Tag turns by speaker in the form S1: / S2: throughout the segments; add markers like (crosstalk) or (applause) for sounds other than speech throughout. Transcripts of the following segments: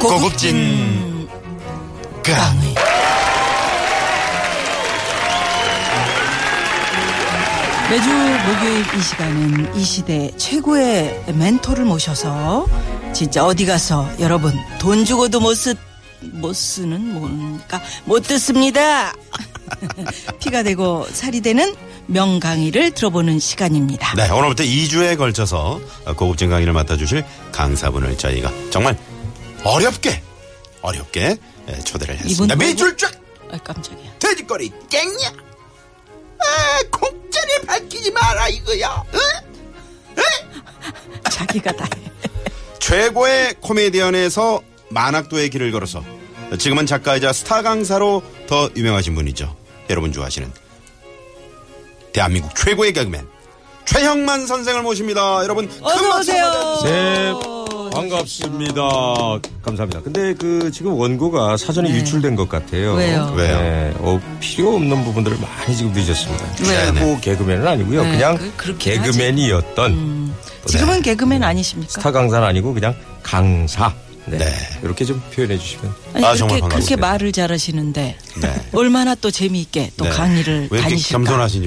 S1: 고급진 강의.
S2: 매주 목요일 이 시간은 이 시대 최고의 멘토를 모셔서 진짜 어디 가서 여러분 돈 주고도 못 쓰, 못 쓰는 뭔가 못 듣습니다. (laughs) 피가 되고 살이 되는 명강의를 들어보는 시간입니다.
S1: 네, 오늘부터 2주에 걸쳐서 고급진 강의를 맡아주실 강사분을 저희가 정말 어렵게, 어렵게 예, 초대를 했습니다.
S2: 이분 누구?
S1: 매줄 쫙
S2: 아, 깜짝이야.
S1: 돼지거리 깽냐? 아, 공짜리 밝히지 마라 이거야. 응?
S2: 자기가 다 해.
S1: 최고의 코미디언에서 만학도의 길을 걸어서 지금은 작가이자 스타 강사로 더 유명하신 분이죠. 여러분 좋아하시는 대한민국 최고의 개그맨 최형만 선생을 모십니다. 여러분 큰
S2: 어서
S1: 박수 한번
S2: 오세요.
S1: 해주세요.
S3: 네,
S2: 어,
S3: 반갑습니다. 감사합니다. 근데 그 지금 원고가 사전에 유출된 것 같아요.
S2: 네. 왜요?
S1: 왜요?
S3: 네, 어, 필요 없는 부분들을 많이 지금 늦었습니다.
S2: 왜요?
S3: 최고 개그맨은 아니고요.
S2: 네,
S3: 그냥
S2: 그- 그렇긴 음, 그러니까.
S3: 개그맨이었던
S2: 지금은
S1: 네.
S2: 개그맨 아니십니까?
S3: 스타 강사는 아니고 그냥 강사. 네.
S1: 네.
S3: 이렇게 좀 표현해 주시면.
S2: 아니,
S1: 아,
S2: 그렇게, 그렇게
S1: 정말 반갑습니다.
S2: 말을 잘하시는데
S1: 네.
S2: 얼마나 또 재미있게 또
S1: 네.
S2: 강의를
S1: 왜 이렇게
S2: 다니실까?
S1: 겸손하신지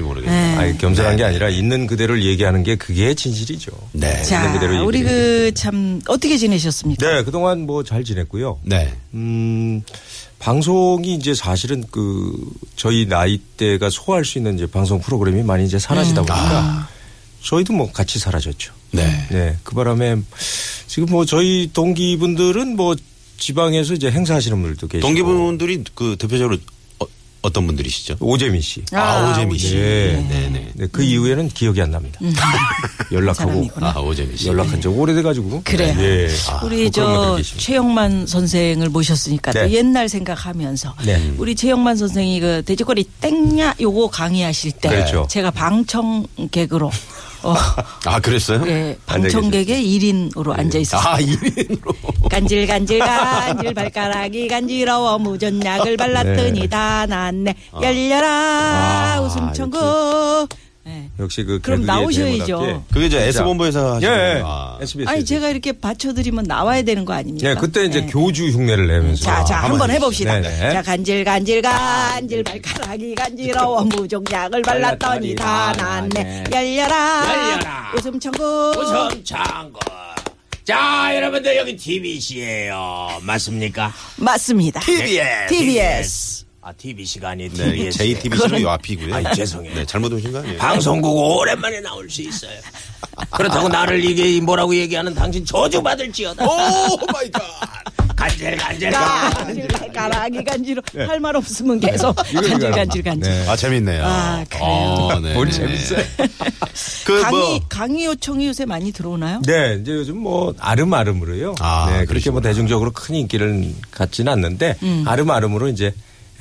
S2: 네.
S1: 모르겠네요.
S3: 아니, 겸손한
S1: 네.
S3: 게 아니라 있는 그대로를 얘기하는 게 그게 진실이죠.
S1: 네.
S2: 자,
S3: 있는 그대로
S2: 우리
S3: 얘기를
S2: 그 참 어떻게 지내셨습니까?
S3: 네, 그동안 뭐 잘 지냈고요.
S1: 네.
S3: 음, 방송이 이제 사실은 그 저희 나이대가 소화할 수 있는 이제 방송 프로그램이 많이 이제 사라지다
S2: 음.
S3: 보니까
S2: 아.
S3: 저희도 뭐 같이 사라졌죠.
S1: 네.
S3: 네. 그 바람에 지금 뭐 저희 동기분들은 뭐 지방에서 이제 행사하시는 분들도 계시고.
S1: 동기분들이 그 대표적으로 어, 떤 분들이시죠?
S3: 오재민 씨.
S1: 아, 오재미 씨.
S3: 네.
S1: 네, 네.
S3: 네, 그 이후에는 기억이 안 납니다. (laughs) 연락하고
S2: 음. 사람이구나.
S1: 아, 오재미 씨. 아,
S3: 연락한 지 오래돼가지고.
S2: 그래요.
S3: 예.
S2: 우리
S3: 뭐 그런 분들
S2: 저
S3: 계십니다.
S2: 최영만 선생을 모셨으니까 또
S3: 네.
S2: 옛날 생각하면서
S3: 네.
S2: 우리 최영만 선생이 그 돼지꼬리 땡냐 요거 강의하실 때
S3: 그렇죠.
S2: 제가 방청객으로
S3: (laughs)
S2: 어,
S1: 아, 그랬어요?
S2: 예, 방청객의 1인으로 앉아 있었어요.
S1: 아, 1인으로.
S2: 간질 간질 간질 발가락이 간지러워 무전약을 발랐더니
S3: 네.
S2: 다 낫네 열려라
S1: 아,
S2: 웃음 천국. 예.
S3: 역시 그
S2: 그럼
S3: 개그의
S2: 나오셔야죠.
S3: 대모답게.
S1: 그게 저 S본부에서 하시는
S3: 예, 예.
S1: 아.
S3: SBS.
S2: 아니
S3: 에서.
S2: 제가 이렇게 받쳐드리면 나와야 되는 거 아닙니까?
S3: 예, 그때 이제
S2: 예.
S3: 교주 흉내를 내면서.
S2: 자, 자, 한번 해봅시다.
S3: 네네.
S2: 자, 간질, 간질, 간질, 발가락이 간지러워. 무종약을 발랐더니 다 낫네. 열려라. 웃음 천국.
S4: 우선 창고. 자, 여러분들 여기 TBC예요. 맞습니까? 네,
S2: 맞습니다.
S1: TBS.
S2: TBS.
S4: 아, TBC가 아니
S1: 네,
S4: TBS.
S1: JTBC는 요 앞이고요.
S4: 아이, 죄송해요.
S1: 네, 잘못 오신 거 아니에요?
S4: 방송국 오랜만에 나올 수 있어요. 그렇다고 나를 이게 뭐라고 얘기하는 당신 저주받을지어다.
S1: 오 마이 갓.
S4: (laughs) 간질 간질 간질.
S2: 간질, 발가락이 간지러워. 할 말 없으면 계속 간질, 간질, 간질.
S3: 네.
S1: 아, 재밌네요.
S2: 아, 그래요?
S1: 아, 네.
S3: 뭘 재밌어요.
S1: 그
S2: 강의,
S1: 뭐.
S2: 강의 요청이 요새 많이 들어오나요?
S3: 네, 이제 요즘 뭐 아름아름으로요.
S1: 아,
S3: 네, 그렇게
S1: 그러시구나.
S3: 뭐 대중적으로 큰 인기를 갖지는 않는데 아름아름으로 이제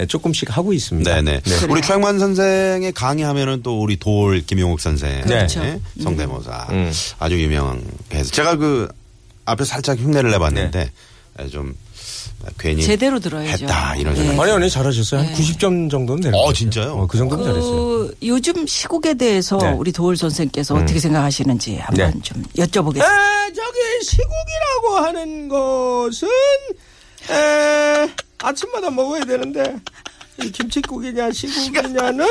S3: 조금씩 하고 있습니다.
S1: 네네. 우리 최양만 선생의 강의하면은 또 우리 돌 김용욱 선생.
S3: 그렇죠.
S1: 네. 성대모사.
S2: 음.
S1: 아주 유명해서. 제가 그 앞에 살짝 흉내를 내봤는데 좀 괜히.
S2: 네.
S1: 아,
S2: 제대로 들어야죠.
S1: 했다. 이런
S2: 네.
S1: 생각.
S3: 아니 아니 잘하셨어요. 한 90점 정도는 되는
S1: 어,
S3: 것 같아요.
S1: 진짜요?
S3: 어, 그 정도는 잘했어요.
S2: 그 요즘 시국에 대해서
S3: 네.
S2: 우리 도울 선생께서
S1: 음.
S2: 어떻게 생각하시는지 한번
S3: 네.
S2: 좀 여쭤보겠습니다.
S3: 아, 저기 시국이라고 하는 것은 에, 아침마다 먹어야 되는데 이 김치국이냐 시국이냐는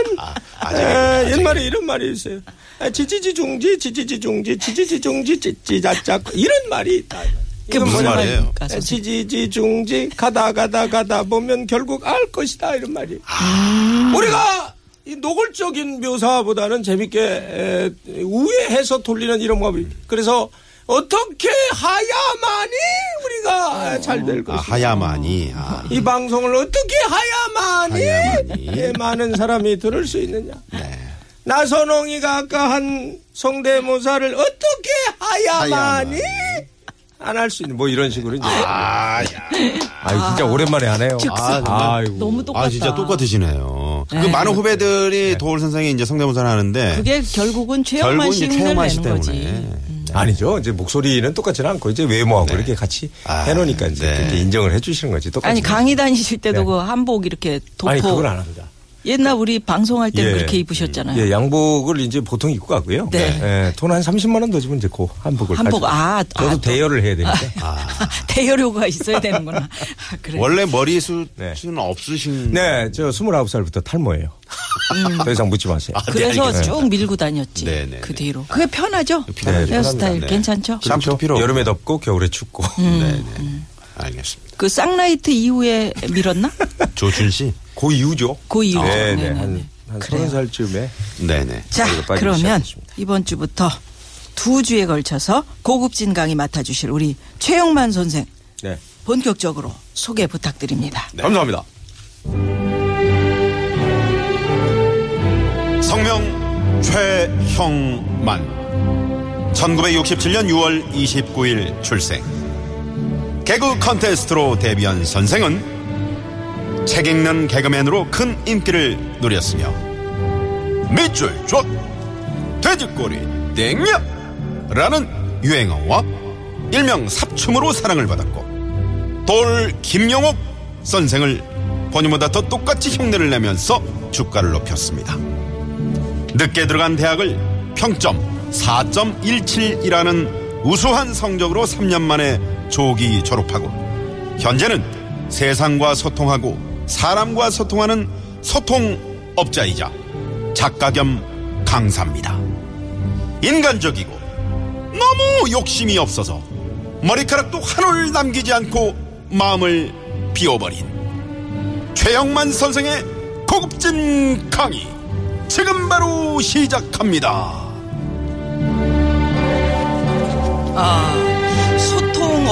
S1: 아직 아닙니다. 아직
S3: 옛말에 이런 말이 있어요. 아, 지지지중지 지지지중지 지지지중지 지지자짝 이런 말이 있다.
S2: 그게
S3: 이건
S1: 무슨
S3: 뭐냐?
S1: 말이에요?
S2: 말입니까,
S3: 아,
S2: 선생님?
S3: 지지지중지 가다 가다 가다 보면 결국 알 것이다 이런 말이. 아. 우리가 이 노골적인 묘사보다는 재밌게 에, 우회해서 돌리는 이런 법이. 그래서 어떻게 하야만이 어디가 잘 될
S1: 아,
S3: 것인가.
S1: 하야만이. 아,
S3: 이 방송을 어떻게 하야만이,
S1: 하야만이.
S3: 예, 많은 사람이 들을 수 있느냐.
S1: 네.
S3: 나선홍이가 아까 한 성대모사를 어떻게 하야만이 안 할 수 있는 뭐 이런 식으로 이제
S1: 아, 야.
S3: 아유 진짜 오랜만에 하네요.
S1: 아, 정말.
S3: 아이고.
S2: 너무 똑같다. 네.
S1: 아, 진짜 똑같으시네요. 그 많은 후배들이 도울 선생이 이제 성대모사를 하는데
S2: 그게 결국은 최영만
S1: 결국은
S2: 씨
S1: 이제
S2: 흉내를
S1: 최영만 씨
S2: 내는
S1: 때문에.
S2: 거지. 음.
S3: 아니죠. 이제 목소리는 똑같지는 않고 이제 외모하고 이렇게 같이
S1: 아,
S3: 해놓으니까 이제
S1: 네.
S3: 그렇게 인정을 해주시는 거지. 똑같이.
S2: 아니
S1: 그렇죠.
S2: 강의 다니실 때도
S3: 네.
S2: 그 한복 이렇게 도포
S3: 아니 그건 안 합니다.
S2: 옛날 우리 방송할 때
S3: 예.
S2: 그렇게 입으셨잖아요.
S3: 예, 양복을 이제 보통 입고 가고요.
S2: 네.
S3: 예, 돈한 30만 원 더 주면 이제 그 한복을
S2: 한복,
S3: 가지고.
S2: 아,
S3: 저도
S2: 아, 또.
S3: 대여를 해야 되니까.
S2: (laughs) 대여료가 있어야 되는구나. 아, 그래.
S1: 원래 머리숱은
S3: 네.
S1: 없으신
S3: 네, 저 29살부터 탈모예요.
S2: 음.
S3: 더 이상 묻지
S1: 아,
S3: 마세요.
S2: 그래서
S1: 알겠습니다.
S2: 쭉 밀고 다니었지.
S1: 네, 네,
S2: 그
S1: 네.
S2: 뒤로. 그게 편하죠?
S1: 편하죠.
S2: 헤어스타일
S1: 네.
S2: 괜찮죠?
S1: 샴푸
S3: 그렇죠?
S1: 필요 없고.
S3: 여름에 덥고 겨울에 춥고.
S2: 음.
S1: 네네. 알겠습니다.
S2: 그 쌍라이트 이후에
S3: (laughs)
S2: 밀었나?
S1: 조준 씨.
S3: (laughs) 그 이후죠.
S2: 그 이후죠.
S3: 네, 네.
S2: 네네네.
S3: 한, 한
S2: 그래요.
S3: 30살쯤에.
S2: 음.
S1: 네네.
S2: 자,
S3: 저희가 빠지기
S2: 그러면
S3: 시작했습니다.
S2: 이번 주부터 두 주에 걸쳐서 고급진 강의 맡아주실 우리 최영만 선생
S3: 네.
S2: 본격적으로 소개 부탁드립니다.
S1: 네. 감사합니다. 성명 최형만 1967년 6월 29일 출생 개그 컨테스트로 데뷔한 선생은 책 읽는 개그맨으로 큰 인기를 누렸으며 밑줄 줬 돼지꼬리 땡냐 라는 유행어와 일명 삽춤으로 사랑을 받았고 돌 김영옥 선생을 본인보다 더 똑같이 흉내를 내면서 주가를 높였습니다. 늦게 들어간 대학을 평점 4.17이라는 우수한 성적으로 3년 만에 조기 졸업하고 현재는 세상과 소통하고 사람과 소통하는 소통업자이자 작가 겸 강사입니다. 인간적이고 너무 욕심이 없어서 머리카락도 한 올 남기지 않고 마음을 비워버린 최영만 선생의 고급진 강의 지금 바로 시작합니다.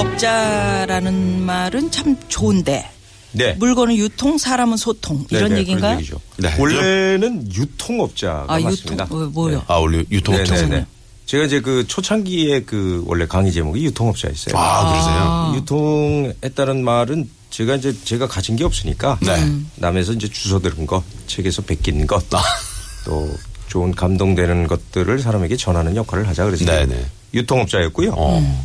S2: 소통업자라는 말은 참 좋은데
S3: 네.
S2: 물건은 유통, 사람은 소통 이런
S3: 네네, 그런
S2: 얘기인가요?
S3: 얘기죠.
S1: 네.
S3: 원래는 유통업자가
S2: 아 유통
S3: 맞습니다.
S2: 어, 뭐요?
S1: 아 원래
S3: 네,
S1: 유통업자
S3: 네,
S1: 선생님.
S3: 네. 제가 이제 그 초창기에 그 원래 강의 제목이 유통업자였어요.
S1: 아 그러세요?
S3: 유통했다는 말은 제가 이제 제가 가진 게 없으니까
S1: 네. 음.
S3: 남에서 이제 주워 들은 것, 책에서 베낀 것, 또 좋은 감동되는 것들을 사람에게 전하는 역할을 하자 그래서
S1: 네,
S3: 이제
S1: 네.
S3: 유통업자였고요.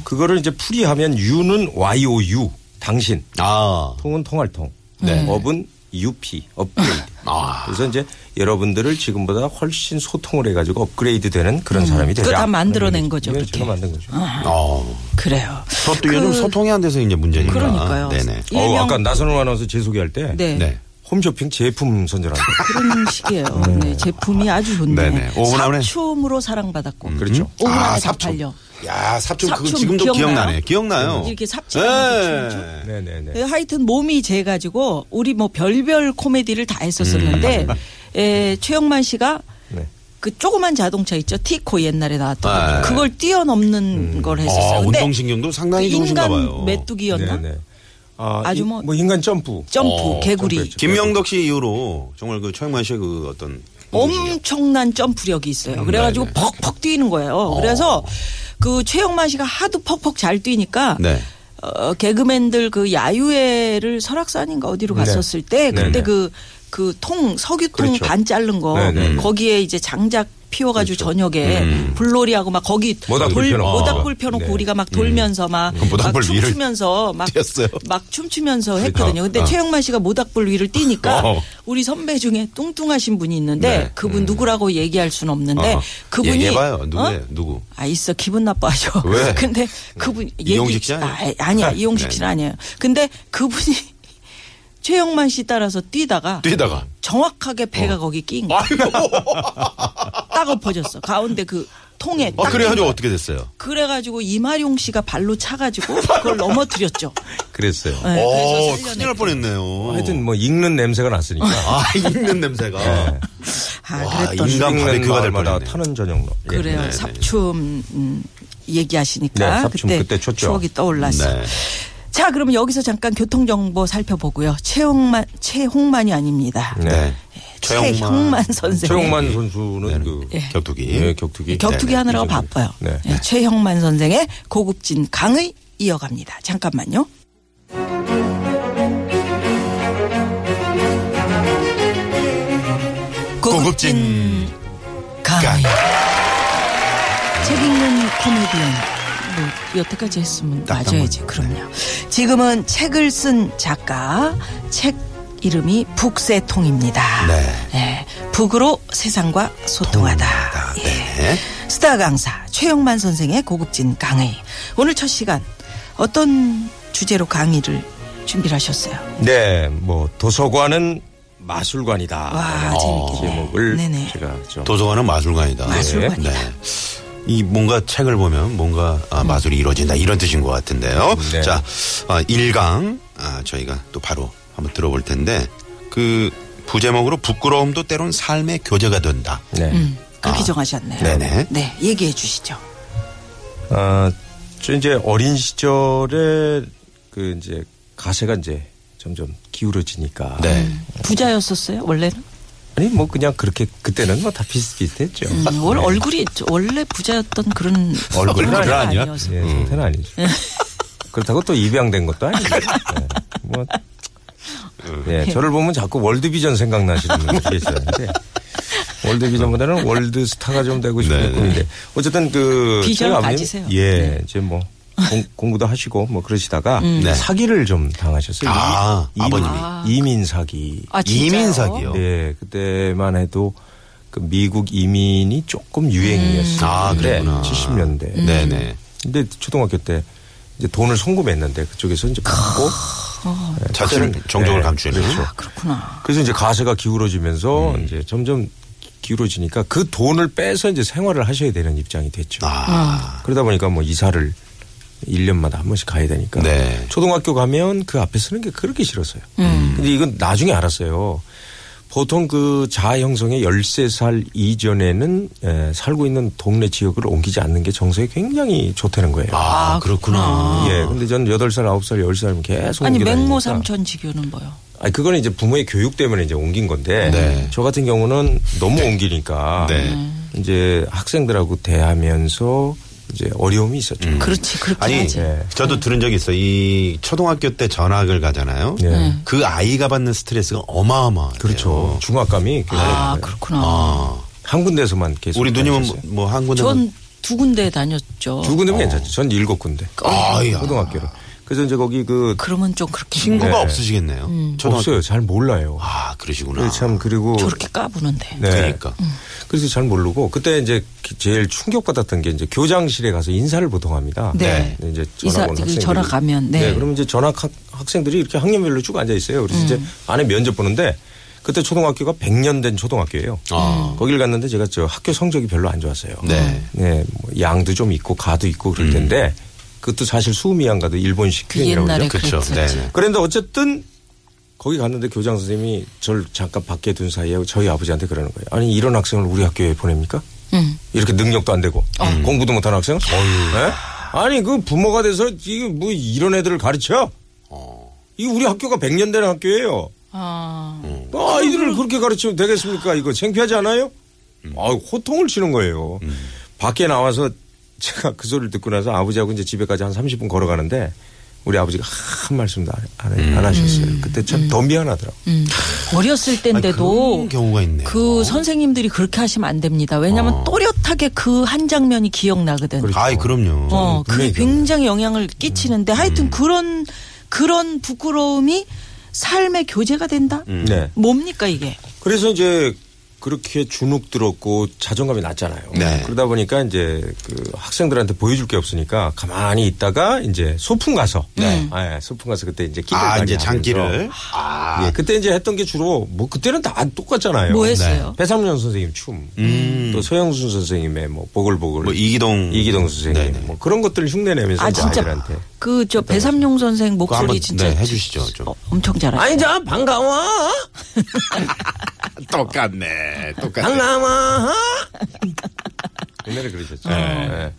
S3: 그거를 이제 풀이하면 유는 YOU 당신,
S1: 아,
S3: 통은 통할통,
S1: 네.
S3: 업은 UP 업그레이드.
S1: 아
S3: 그래서 이제 여러분들을 지금보다 훨씬 소통을 해가지고 업그레이드 되는 그런 사람이 되자.
S2: 음. 그거 다 만들어낸 거죠,
S3: 이건
S2: 그렇게.
S3: 제가 만든 거죠.
S1: 어.
S2: 그래요.
S1: 그것도 요즘 소통이 안 돼서 이제 문제니까.
S2: 그러니까요.
S1: 네네.
S2: 이- 일명-
S3: 어, 아까 나선호 아나운서 제 소개할 때
S2: 네.
S1: 네.
S3: 홈쇼핑 제품 선전하는 거. (laughs)
S2: 그런 식이에요.
S3: 음.
S2: 네, 제품이 아주 좋네.
S1: 네네. 오분 안에.
S2: 삽춤으로 사랑받았고.
S3: 그렇죠.
S2: 5분
S1: 아,
S2: 안에 다
S1: 삽춤.
S2: 팔려.
S1: 야 삽춤 그건
S2: 삽춤
S1: 지금도
S2: 기억나요?
S1: 기억나네. 기억나요.
S2: 이렇게 삽질하는 거
S1: 네.
S3: 네네네.
S2: 예, 하여튼 몸이 재 가지고 우리 뭐 별별 코미디를 다 했었었는데
S1: 음.
S2: 예, 최영만 씨가
S3: 네.
S2: 그 조그만 자동차 있죠 티코 옛날에 나왔던
S1: 네.
S2: 거. 그걸 뛰어넘는 걸 했었어요.
S1: 아,
S2: 근데
S1: 운동신경도 상당히
S2: 그
S1: 좋으신가 봐요.
S2: 인간 메뚜기였나?
S3: 네네. 아,
S2: 아주
S3: 이-
S2: 뭐-
S3: 뭐 인간 점프.
S2: 점프,
S1: 어,
S2: 개구리.
S3: 점프했죠.
S1: 김명덕 씨 이후로 정말 그 최영만 씨의 그 어떤 운동신경.
S2: 엄청난 점프력이 있어요. 그래가지고
S1: 음, 네네. 어.
S2: 퍽퍽 뛰는 거예요. 그래서 그 최영만 씨가 하도 퍽퍽 잘 뛰니까
S1: 네.
S2: 어, 개그맨들 그 야유회를 설악산인가 어디로 갔었을 때
S3: 네네.
S2: 그때 그 그 통 석유통
S3: 그렇죠.
S2: 반 자른 거
S3: 네네.
S2: 거기에 이제 장작 피워가지고
S1: 그렇죠.
S2: 저녁에
S1: 음.
S2: 불놀이하고 막 거기
S3: 모닥불
S2: 돌-
S3: 펴놓고.
S2: 모닥불 펴놓고
S3: 네.
S2: 우리가 막 돌면서 막,
S1: 아. 음. 그
S2: 막
S1: 모닥불 위를
S2: 춤추면서 막,
S1: 뛰었어요. 그러니까. 아.
S2: 막 춤추면서 했거든요. 근데 최영만 씨가 모닥불 위를 뛰니까
S1: 어.
S2: 우리 선배 중에 뚱뚱하신 분이 있는데
S1: 네.
S2: 그분 누구라고 얘기할 순 없는데
S1: 어허.
S2: 그분이
S1: 얘기해봐요. 누구예요?
S2: 어?
S1: 누구?
S2: 아 있어 기분 나빠하죠.
S1: 왜?
S2: (laughs)
S1: 음.
S2: 근데 그분
S1: 이용식 씨 아니에요?
S2: 아, 아니야 이용식
S1: 네.
S2: 씨는 아니에요. 근데 그분이 (laughs) 최영만 씨 따라서 뛰다가
S1: 뛰다가 어.
S2: 정확하게 배가 거기 끼인 거야. (laughs) 딱 엎어졌어. 가운데 그 통에
S1: 어
S2: 딱
S1: 그래가지고 어떻게 됐어요?
S2: 그래가지고 이마룡 씨가 발로 차가지고
S1: (laughs)
S2: 그걸 넘어뜨렸죠.
S3: 그랬어요.
S2: 네,
S1: 어
S2: 그래서
S1: 큰일
S2: 살려내.
S1: 날 뻔했네요.
S3: 하여튼 뭐 익는 냄새가 났으니까.
S2: 어.
S3: (laughs)
S1: 아 익는 냄새가
S2: 아,
S1: 와,
S2: 그랬던
S1: 인간
S3: 익는
S1: 바베큐가 될
S3: 마을마다
S1: 뻔했네요.
S3: 타는 전용로. 예.
S2: 그래요.
S1: 네,
S2: 삽춤 음, 얘기하시니까
S3: 네, 삽춤 그때 췄죠.
S2: 추억이 떠올랐어.
S1: 네.
S2: 자, 자, 그러면 여기서 잠깐 교통정보 살펴보고요. 최홍만, 최홍만이 아닙니다.
S1: 네.
S2: 최홍만, 선생님.
S3: 최용만 선수는 그
S2: 예.
S1: 예. 격투기.
S3: 예, 격투기.
S2: 격투기
S1: 네,
S2: 하느라고
S3: 이 정도.
S2: 바빠요.
S3: 네.
S2: 예, 최형만 선생의 고급진 강의 이어갑니다. 잠깐만요.
S1: 고급진
S2: 강의. 책 읽는 코미디언. 뭐 여태까지 했으면
S1: 딱딱한
S2: 맞아야지.
S1: 거.
S2: 그럼요. 지금은 책을 쓴 작가. 책 이름이 북새통입니다.
S1: 네.
S2: 예, 북으로 세상과 소통하다. 예.
S1: 아, 네.
S2: 스타 강사 최영만 선생의 고급진 강의. 오늘 첫 시간 어떤 주제로 강의를 준비를 하셨어요?
S3: 네, 뭐 도서관은 마술관이다.
S2: 와, 재밌겠네.
S3: 어, 제목을
S2: 네네.
S3: 제가 좀
S1: 도서관은 마술관이다. 네.
S2: 마술관이다.
S1: 이 뭔가 책을 보면 뭔가 아, 마술이 이루어진다 이런 뜻인 것 같은데요.
S3: 네.
S1: 자, 아, 1강 아, 저희가 또 바로 한번 들어볼 텐데 그 부제목으로 부끄러움도 때론 삶의 교재가 된다.
S3: 네.
S2: 음, 그렇게
S1: 아,
S2: 정하셨네요.
S1: 네네.
S2: 네, 얘기해 주시죠.
S3: 어, 저 이제 어린 시절에 그 이제 가세가 이제 점점 기울어지니까.
S1: 네.
S2: 부자였었어요 원래는?
S3: 아니 뭐 그냥 그렇게 그때는 뭐 다 비슷비슷했죠. 네.
S2: 음, 원- 얼굴이 원래 부자였던 그런
S1: 아, 네. 얼굴은
S2: 상태가
S1: 아니야?
S2: 아니어서.
S3: 예, 상태는
S1: (laughs)
S3: 아니죠. 그렇다고 또 입양된 것도 아니고. 예, 뭐,
S1: 음.
S3: 예, 저를 보면 자꾸 월드비전 생각나시는 분들이 계시는데 월드비전보다는 월드스타가 좀 되고 싶은
S1: 네, 네.
S3: 꿈인데 어쨌든 그
S2: 비전을
S3: 저희 아버님,
S2: 가지세요.
S3: 예, 이제 뭐 공, 부도 하시고 뭐 그러시다가
S2: 음.
S1: 네.
S3: 사기를 좀 당하셨어요.
S1: 아,
S3: 이-
S1: 아버님이.
S3: 이민 사기.
S2: 아, 진짜요?
S1: 이민 사기요.
S3: 네, 그때만 해도 그 미국 이민이 조금 유행이었어요.
S1: 아, 그랬구나.
S3: 70년대.
S1: 네, 네.
S3: 근데 초등학교 때 이제 돈을 송금했는데 그쪽에서 이제 받고
S1: 자신을 정적을
S3: 아, 네, 음.
S1: 감추는.
S3: 그렇죠.
S2: 아, 그렇구나.
S3: 그래서 이제 가세가 기울어지면서 이제 점점 기울어지니까 그 돈을 빼서 이제 생활을 하셔야 되는 입장이 됐죠.
S1: 아,
S3: 그러다 보니까 뭐 이사를 1년마다 한 번씩 가야 되니까
S1: 네.
S3: 초등학교 가면 그 앞에 쓰는 게 그렇게 싫었어요. 근데 이건 나중에 알았어요. 보통 그 자아 형성의 13살 이전에는 에, 살고 있는 동네 지역을 옮기지 않는 게 정서에 굉장히 좋다는 거예요.
S1: 아, 그렇구나.
S3: 예. 근데 전 8살, 9살, 10살이면 계속
S2: 아. 아니
S3: 옮겨
S2: 맹모
S3: 다니니까.
S2: 삼촌 지교는 뭐요?
S3: 아니 그거는 이제 부모의 교육 때문에 이제 옮긴 건데
S1: 네.
S3: 저 같은 경우는 너무 옮기니까
S1: 네.
S3: 이제 학생들하고 대하면서 이제 어려움이 있었죠.
S2: 그렇지 그렇게
S1: 음. 아니,
S2: 하지.
S3: 예.
S1: 저도 들은 적이 있어. 요이 초등학교 때 전학을 가잖아요.
S3: 예. 네.
S1: 그 아이가 받는 스트레스가 어마어마해요.
S3: 그렇죠.
S1: 네.
S3: 중압감이 굉장히
S2: 아
S3: 커요.
S2: 그렇구나.
S1: 아,
S3: 한 군데서만 계속
S1: 우리
S3: 다녔어요.
S1: 누님은 뭐 한 군데
S2: 전 두 군데 다녔죠.
S3: 두
S1: 어.
S3: 군데면 괜찮죠. 전 일곱 군데
S2: 어.
S1: 아야.
S3: 초등학교를. 그래서 이제 거기 그
S2: 그러면 좀 그렇게
S1: 친구가
S3: 네.
S1: 없으시겠네요.
S2: 음.
S1: 초등학교.
S3: 없어요. 잘 몰라요.
S1: 아, 그러시구나.
S3: 그래서 네, 참 그리고
S2: 저렇게 까부는데.
S3: 네.
S1: 그러니까.
S3: 그래서 잘 모르고 그때 이제 기- 제일 충격받았던 게 이제 교장실에 가서 인사를 보통 합니다.
S2: 네.
S3: 네, 이제
S2: 인사,
S3: 전학 온
S2: 그
S3: 학생들이.
S2: 전학 가면, 네.
S3: 그러면 이제 전학 학- 학생들이 이렇게 학년별로 쭉 앉아 있어요. 그래서 이제
S2: 음.
S3: 안에 면접 보는데 그때 초등학교가 100년 된 초등학교예요.
S1: 아.
S3: 거길 갔는데 제가 저 학교 성적이 별로 안 좋았어요.
S1: 네. 음.
S3: 뭐 양도 좀 있고 가도 있고 그럴 텐데 그것도 사실 수음이양가도 일본식
S2: 그
S3: 큐행이라고
S2: 옛날에
S3: 그러죠.
S1: 그렇죠.
S2: 그랬었지.
S1: 네, 네.
S3: 그런데 어쨌든 거기 갔는데 교장 선생님이 저를 잠깐 밖에 둔 사이에 저희 아버지한테 그러는 거예요. 아니 이런 학생을 우리 학교에 보냅니까?
S2: 음.
S3: 이렇게 능력도 안 되고 음. 공부도 못하는 학생을? 예? 아니 그 부모가 돼서 이게 뭐 이런 애들을 가르쳐? 이 우리 학교가 100년 된 학교예요.
S2: 아,
S1: 음.
S3: 아, 아이들을 그렇게 가르치면 되겠습니까? 이거 창피하지 않아요?
S1: 음.
S3: 아, 호통을 치는 거예요. 밖에 나와서 제가 그 소리를 듣고 나서 아버지하고 이제 집에까지 한 30분 걸어가는데 우리 아버지가 한 말씀도 안, 안,
S1: 음.
S3: 안 하셨어요. 그때 참 더 미안하더라고.
S2: 음. 어렸을
S1: 그런
S2: 때인데도
S1: 경우가 있네요. 어.
S2: 그 선생님들이 그렇게 하시면 안 됩니다. 왜냐하면 또렷하게 그 한 장면이 기억나거든.
S1: 아이, 그럼요. 네.
S2: 어, 그게
S3: 분명히
S2: 굉장히 영향을
S1: 음.
S2: 끼치는데 하여튼 그런, 그런 부끄러움이 삶의 교재가 된다?
S1: 음.
S3: 네.
S2: 뭡니까 이게?
S3: 그래서 이제 그렇게 주눅 들었고 자존감이 낮잖아요.
S1: 네.
S3: 그러다 보니까 이제 그 학생들한테 보여줄 게 없으니까 가만히 있다가 이제 소풍 가서
S1: 네.
S3: 예, 소풍 가서 그때 이제 끼를
S1: 아,
S3: 많이
S1: 이제
S3: 하면서
S1: 장기를.
S3: 예,
S1: 아.
S3: 그때 이제 했던 게 주로 뭐 그때는 다
S1: 네,
S3: 똑같잖아요. 네.
S2: 뭐 했어요?
S3: 배상훈 선생님 춤, 또 서영순 선생님의 뭐 보글보글,
S1: 음. 뭐 이기동.
S3: 이기동 선생님
S1: 네네.
S3: 뭐 그런 것들을 흉내내면서
S2: 아,
S3: 이제
S2: 진짜.
S3: 아이들한테
S2: 그 저 배삼룡 선생 목소리
S1: 한번,
S2: 진짜
S1: 네, 해주시죠, 좀.
S2: 어, 엄청 잘하시죠.
S4: 아니 자
S3: (laughs)
S4: 반가워
S1: 똑같네. 똑같네.
S4: 반가워
S3: 네. 옛날에 그러셨죠. 예.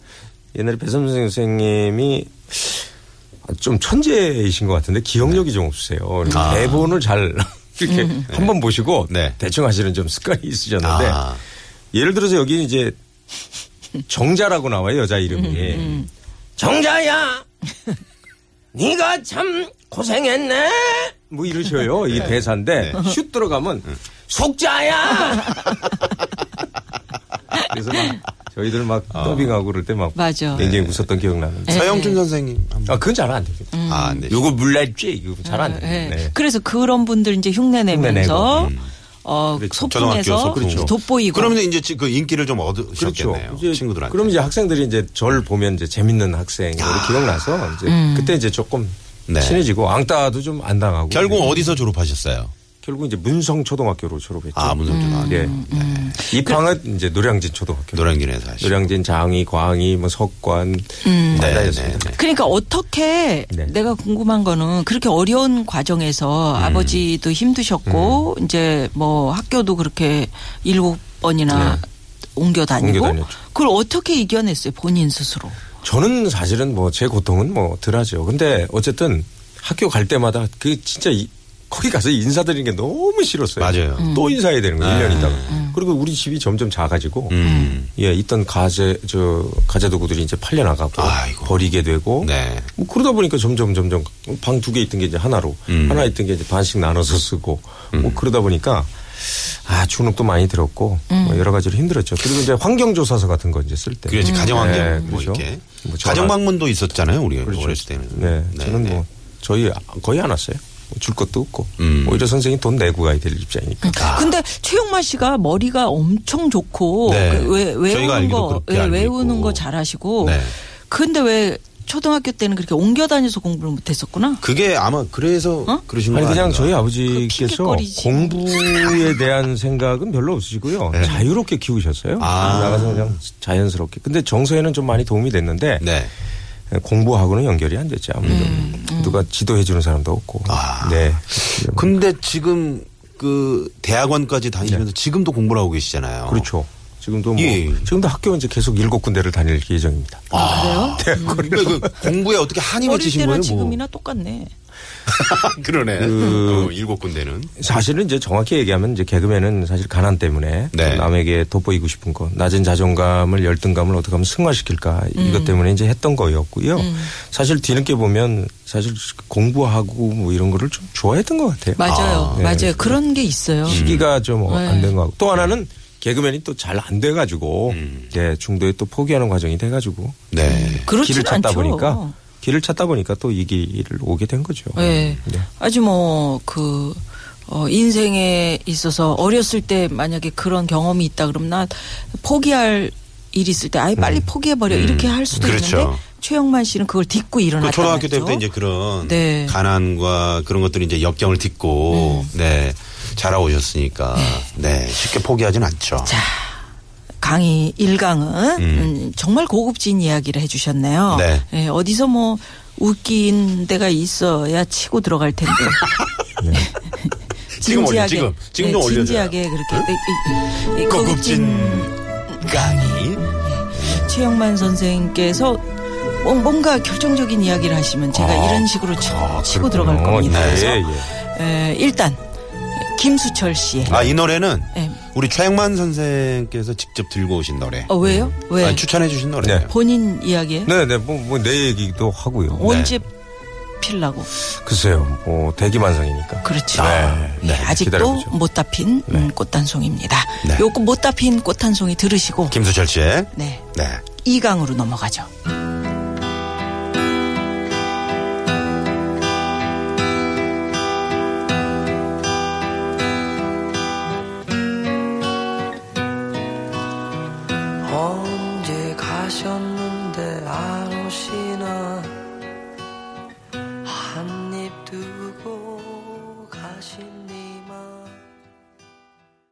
S3: 옛날에 배상훈 선생님이 좀 천재이신 것 같은데
S4: 네.
S3: 기억력이 좀 없으세요. 그래서
S1: 아.
S3: 대본을 잘 (laughs) 이렇게 한번 보시고
S1: 네.
S3: 대충 하시는 좀 습관이 있으셨는데
S1: 아.
S3: 예를 들어서 여기 이제 정자라고 나와요 여자 이름이
S4: 정자야, 네가 참 고생했네.
S3: 뭐 이러셔요 이 대사인데 슛 들어가면
S4: 숙자야,
S3: 그래서 막 저희들 막 더빙하고 그럴 때 막
S2: 맞아.
S1: 네,
S3: 굉장히 웃었던 기억
S2: 네.
S3: 나는데
S1: 서영준 선생님. 한번.
S3: 아 그건 잘 안 됩니다.
S2: 음.
S1: 아, 네.
S3: 요거 물랄지 이거 잘 안
S2: 예.
S3: 됩니다. 네.
S2: 그래서 그런 분들 이제 흉내 내면서 어, 소풍에서
S1: 음. 초등학교에서 그렇죠.
S2: 돋보이고
S1: 그러면 이제 지- 그 인기를 좀
S3: 그렇죠.
S1: 얻으셨겠네요.
S3: 이제
S1: 친구들한테.
S3: 그럼 이제 학생들이 이제 저를 보면 이제 재밌는 학생으로 기억나서 이제
S2: 음.
S3: 그때 이제 조금
S1: 네.
S3: 친해지고 앙따도 좀 안 당하고
S1: 결국
S3: 네.
S1: 어디서 졸업하셨어요?
S3: 결국 이제 문성 초등학교로 졸업했죠.
S1: 아, 문성준. 아,
S3: 예. 입항은 이제 노량진 초등학교.
S1: 노량진에서 하시죠.
S3: 노량진 장이, 광이, 뭐 석관 뭐 다
S1: 네,
S3: 다녔습니다.
S1: 네, 네.
S2: 그러니까 어떻게
S3: 네.
S2: 내가 궁금한 거는 그렇게 어려운 과정에서
S1: 음.
S2: 아버지도 힘드셨고 이제 뭐 학교도 그렇게 일곱 번이나
S1: 네.
S2: 옮겨 다니고
S3: 옮겨 다녔죠.
S2: 그걸 어떻게 이겨냈어요 본인 스스로.
S3: 저는 사실은 뭐 제 고통은 뭐 덜하죠. 근데 어쨌든 학교 갈 때마다 그 진짜 이- 거기 가서 인사드리는 게 너무 싫었어요.
S1: 맞아요. 네.
S3: 또 인사해야 되는 거예요. 1년 있다가. 그리고 우리 집이 점점 작아지고
S1: 음.
S3: 예, 있던 가재 저 가재 도구들이 이제 팔려 나가고
S1: 아이고.
S3: 버리게 되고
S1: 네.
S3: 뭐 그러다 보니까 점점 점점 방 두 개 있던 게 이제 하나로
S1: 음.
S3: 하나 있던 게 이제 반씩 나눠서 쓰고 뭐 그러다 보니까 아 주눅도 많이 들었고 뭐
S2: 음.
S3: 여러 가지로 힘들었죠. 그리고 이제 환경조사서 같은 거 이제 쓸 때.
S1: 그게 이제 가정환경
S3: 네,
S1: 뭐
S3: 그렇죠.
S1: 이렇게
S3: 뭐 전화-
S1: 가정 방문도 있었잖아요 우리가
S3: 그렇죠.
S1: 어렸을 때는.
S3: 네, 저는
S1: 네.
S3: 뭐 저희 거의 안 왔어요. 뭐 줄 것도 없고
S1: 음.
S3: 오히려 선생님 돈 내고 가야 될 입장이니까.
S1: 아.
S2: 근데 최용만 씨가 머리가 엄청 좋고
S1: 네.
S2: 그 외,
S1: 저희가
S2: 외우는
S1: 알기로
S2: 거
S1: 그렇게
S2: 예,
S1: 알고
S2: 외우는
S1: 있고.
S2: 거 잘하시고
S1: 네.
S2: 근데 왜 초등학교 때는 그렇게 옮겨 다녀서 공부를 못했었구나.
S1: 그게 아마 그래서
S2: 어?
S1: 그러신 거
S3: 아니
S1: 음.
S3: 그냥
S1: 아닌가.
S3: 저희 아버지께서
S2: 핑계거리지.
S3: 공부에 대한 생각은 별로 없으시고요 자유롭게 키우셨어요
S1: 네. 아.
S3: 나가서 그냥 자연스럽게 근데 정서에는 좀 많이 도움이 됐는데
S1: 네.
S3: 공부하고는 연결이 안 됐지 아무래도 누가 지도해 주는 사람도 없고
S1: 음, 아.
S3: 네
S1: 근데 지금 그 대학원까지 다니시면서 지금도 공부를 하고 계시잖아요.
S3: 네. 그렇죠 지금도 뭐
S1: 예. 아.
S3: 지금도 학교 이제 계속 일곱 군데를 다닐 예정입니다
S2: 그래요?
S1: 근데 그 공부에 어떻게 한이
S2: 어릴
S1: 맺히신
S2: 때랑
S1: 거예요? 뭐. 아,
S2: 지금이나 똑같네.
S1: 그러네. 그... 일곱 군데는.
S3: 사실은 이제 정확히 얘기하면 이제 개그맨은 사실 가난 때문에
S1: 네.
S3: 남에게 돋보이고 싶은 거 낮은 자존감을 열등감을 어떻게 하면 승화시킬까
S1: 음.
S3: 이것 때문에 이제 했던 거였고요. 사실 뒤늦게 보면 사실 공부하고 뭐 이런 거를 좀 좋아했던 것 같아요.
S2: 맞아요,
S3: 네.
S2: 맞아요. 그런 게 있어요.
S1: 음.
S3: 시기가 좀 안
S2: 네.
S3: 된 것 같고 또 하나는 개그맨이 또 잘 안 돼가지고 예, 중도에 또 포기하는 과정이 돼가지고
S1: 네.
S2: 그렇진
S3: 길을 찾다
S2: 않죠.
S3: 보니까 길을 찾다 보니까 또 이 길을 오게 된 거죠.
S2: 예.
S3: 네.
S2: 아주 뭐, 그, 어, 인생에 있어서 어렸을 때 만약에 그런 경험이 있다 그러면 나 포기할 일이 있을 때 아예 빨리 포기해버려 이렇게 할 수도
S1: 음. 그렇죠.
S2: 있는데 최영만 씨는 그걸 딛고 일어났다.
S1: 그 초등학교 때부터 이제 그런
S2: 네.
S1: 가난과 그런 것들이 이제 역경을 딛고 네 자라오셨으니까 네 쉽게 포기하진 않죠.
S2: 강의 1강은
S1: 음.
S2: 정말 고급진 이야기를 해주셨네요.
S1: 네.
S2: 예, 어디서 뭐 웃긴 데가 있어야 치고 들어갈
S1: (laughs)
S2: 텐데.
S1: 네.
S2: (laughs)
S1: 지금 올려, 지금. 지금 좀 올려줘요.
S2: 네, 진지하게 그렇게 이- 이- 이
S1: 강의.
S2: 최영만 선생님께서 뭐- 뭔가 결정적인 이야기를 하시면 제가 이런 식으로 쭉 아, 치고 들어갈 겁니다.
S3: 네,
S2: 그래서
S3: 아, 예.
S2: 에, 일단 김수철 씨의
S1: 아 이 노래는
S2: 예.
S1: 우리 최영만 선생께서 직접 들고 오신 노래.
S2: 어, 왜요? 왜?
S1: 아니, 추천해주신 노래예요.
S3: 네.
S2: 본인 이야기에
S3: 네, 네, 뭐, 뭐, 내 얘기도 하고요.
S2: 언제 필라고?
S3: 글쎄요, 뭐, 대기만성이니까.
S2: 그렇죠.
S3: 네,
S2: 예, 아직도
S3: 기다려보죠. 네.
S2: 못 다 핀 꽃 한 송입니다.
S1: 네.
S2: 요거 못 다 핀 꽃 한 송이 들으시고
S1: 김수철 씨의
S2: 네
S1: 네.
S2: 이강으로 넘어가죠.